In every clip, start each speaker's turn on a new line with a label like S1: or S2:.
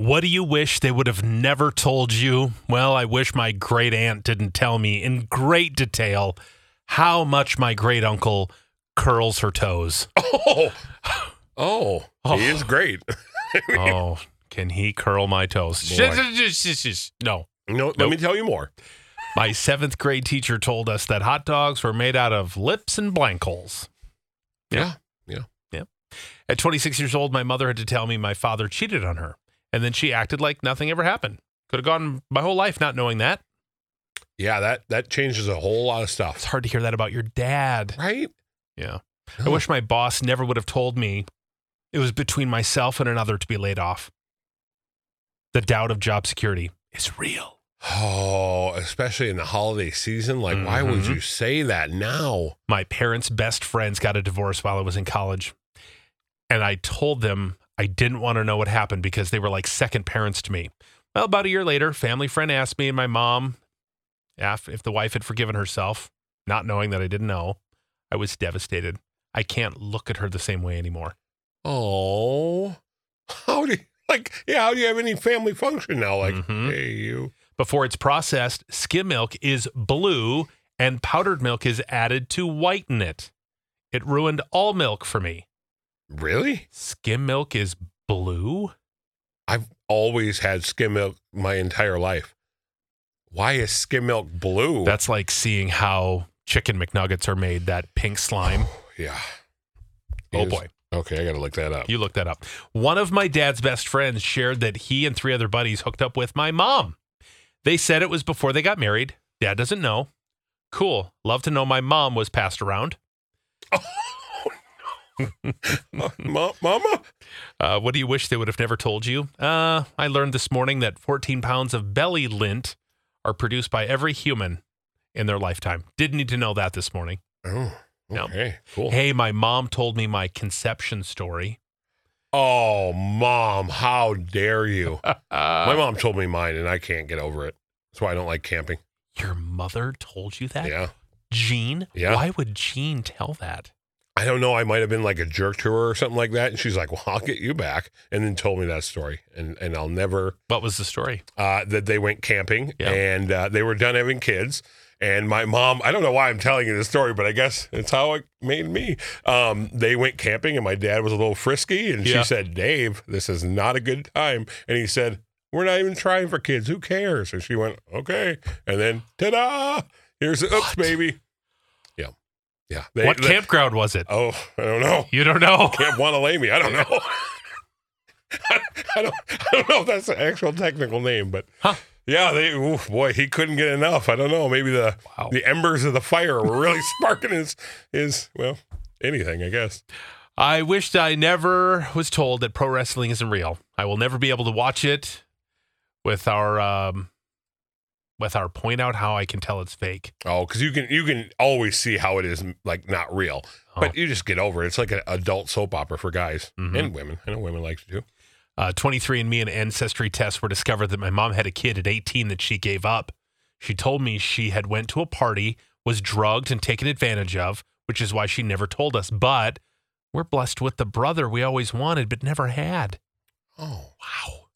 S1: What do you wish they would have never told you? Well, I wish my great aunt didn't tell me in great detail how much my great uncle curls her toes.
S2: Oh, oh, he is great.
S1: oh, can he curl my toes? no.
S2: No, let me tell you more.
S1: My seventh grade teacher told us that hot dogs were made out of lips and blank holes.
S2: Yeah, yeah.
S1: At 26 years old, my mother had to tell me my father cheated on her, and then she acted like nothing ever happened. Could have gone my whole life not knowing that.
S2: Yeah, that that changes a whole lot of
S1: It's
S2: stuff,
S1: hard to hear that about your dad.
S2: right?
S1: Yeah. I wish my boss never would have told me it was between myself and another to be laid off. The doubt of job security is real.
S2: Oh, especially in the holiday season. Like, why would
S1: Mhm.
S2: you say that now?
S1: My parents' best friends got a divorce while I was in college. And I told them I didn't want to know what happened because they were like second parents to me. Well, about a year later, family friend asked me and my mom af- if the wife had forgiven herself, not knowing that I didn't know. I was devastated. I can't look at her the same way anymore.
S2: Oh, how do you, like? Yeah, how do you have any family function now? Like,
S1: Mhm.
S2: hey, you.
S1: Before it's processed, skim milk is blue and powdered milk is added to whiten it. It ruined all milk for me.
S2: Really?
S1: Skim milk is blue?
S2: I've always had skim milk my entire life. Why is skim milk blue?
S1: That's like seeing how chicken McNuggets are made, that pink slime.
S2: yeah.
S1: Oh
S2: Is-
S1: boy,
S2: Okay, I gotta look that up.
S1: you looked that up. One of my dad's best friends shared that he and three other buddies hooked up with my mom. They said it was before they got married. Dad doesn't know. Cool. Love to know my mom was passed around.
S2: Oh, Ma- Mama.
S1: Uh, what do you wish they would have never told you? Uh, I learned this morning that 14 pounds of belly lint are produced by every human in their lifetime. Didn't need to know that this morning.
S2: Oh.
S1: No.
S2: Okay. Cool.
S1: Hey, my mom told me my conception story.
S2: Oh, mom, how dare you? My mom told me mine, and I can't get over it. That's why I don't like camping.
S1: Your mother told you that?
S2: Yeah.
S1: Jean?
S2: Yeah.
S1: Why would Jean tell that?
S2: I don't know. I might have been like a jerk to her or something like that. And she's like, well, I'll get you back. And then told me that story. And, and I'll never,
S1: What was the story?
S2: uh, that they went camping
S1: Yeah.
S2: and uh, they were done having kids. And my mom, I don't know why I'm telling you this story, but I guess it's how it made me. Um, they went camping and my dad was a little frisky. And
S1: Yeah.
S2: she said, Dave, this is not a good time. And he said, We're not even trying for kids. Who cares? And she went, Okay. And then, ta da! Here's the oops,
S1: What?
S2: baby. Yeah. Yeah. They,
S1: what
S2: they-
S1: campground was it?
S2: Oh, I don't know.
S1: You don't know.
S2: Camp Wanalami. I don't know. I don't. I don't know if that's the actual technical name, but
S1: Huh.
S2: yeah, they. oof, boy, he couldn't get enough. I don't know. Maybe the
S1: Wow.
S2: the embers of the fire were really sparking his his well anything. I guess.
S1: I wished I never was told that pro wrestling isn't real. I will never be able to watch it with our um with our point out how I can tell it's fake.
S2: Oh, because you can you can always see how it is like not real,
S1: Oh.
S2: but you just get over it. It's like an adult soap opera for guys
S1: Mhm.
S2: and women. I know women like to do.
S1: Uh, 23andMe and ancestry tests were discovered that my mom had a kid at 18 that she gave up. She told me she had went to a party, was drugged and taken advantage of, which is why she never told us. But we're blessed with the brother we always wanted but never had.
S2: Oh,
S1: Wow.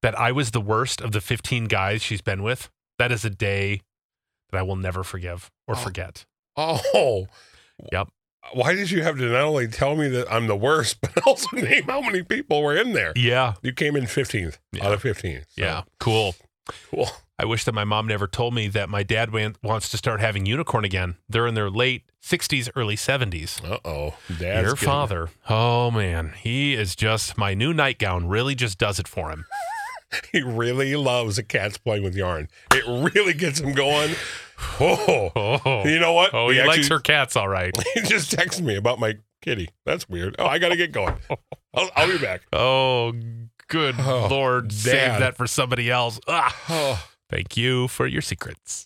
S1: That I was the worst of the 15 guys she's been with. That is a day that I will never forgive or
S2: Oh.
S1: forget.
S2: oh,
S1: Yep.
S2: Why did you have to not only tell me that I'm the worst, but also name how many people were in there?
S1: Yeah.
S2: You came in 15th
S1: Yeah.
S2: out of 15. so
S1: Yeah. Cool.
S2: Cool.
S1: I wish that my mom never told me that my dad wan- wants to start having unicorn again. They're in their late 60s, early 70s.
S2: Uh oh.
S1: Your father, oh man, he is just my new nightgown really just does it for him.
S2: He really loves the cats playing with yarn. It really gets him going. Oh.
S1: Oh,
S2: You know what?
S1: oh he likes her cats all right.
S2: He just texted me about my kitty. That's weird. Oh, I got to get going. I'll, I'll be back.
S1: Oh Oh. Good
S2: Oh,
S1: Lord, save
S2: Dad.
S1: that for somebody else. Ah,
S2: Oh.
S1: thank you for your secrets.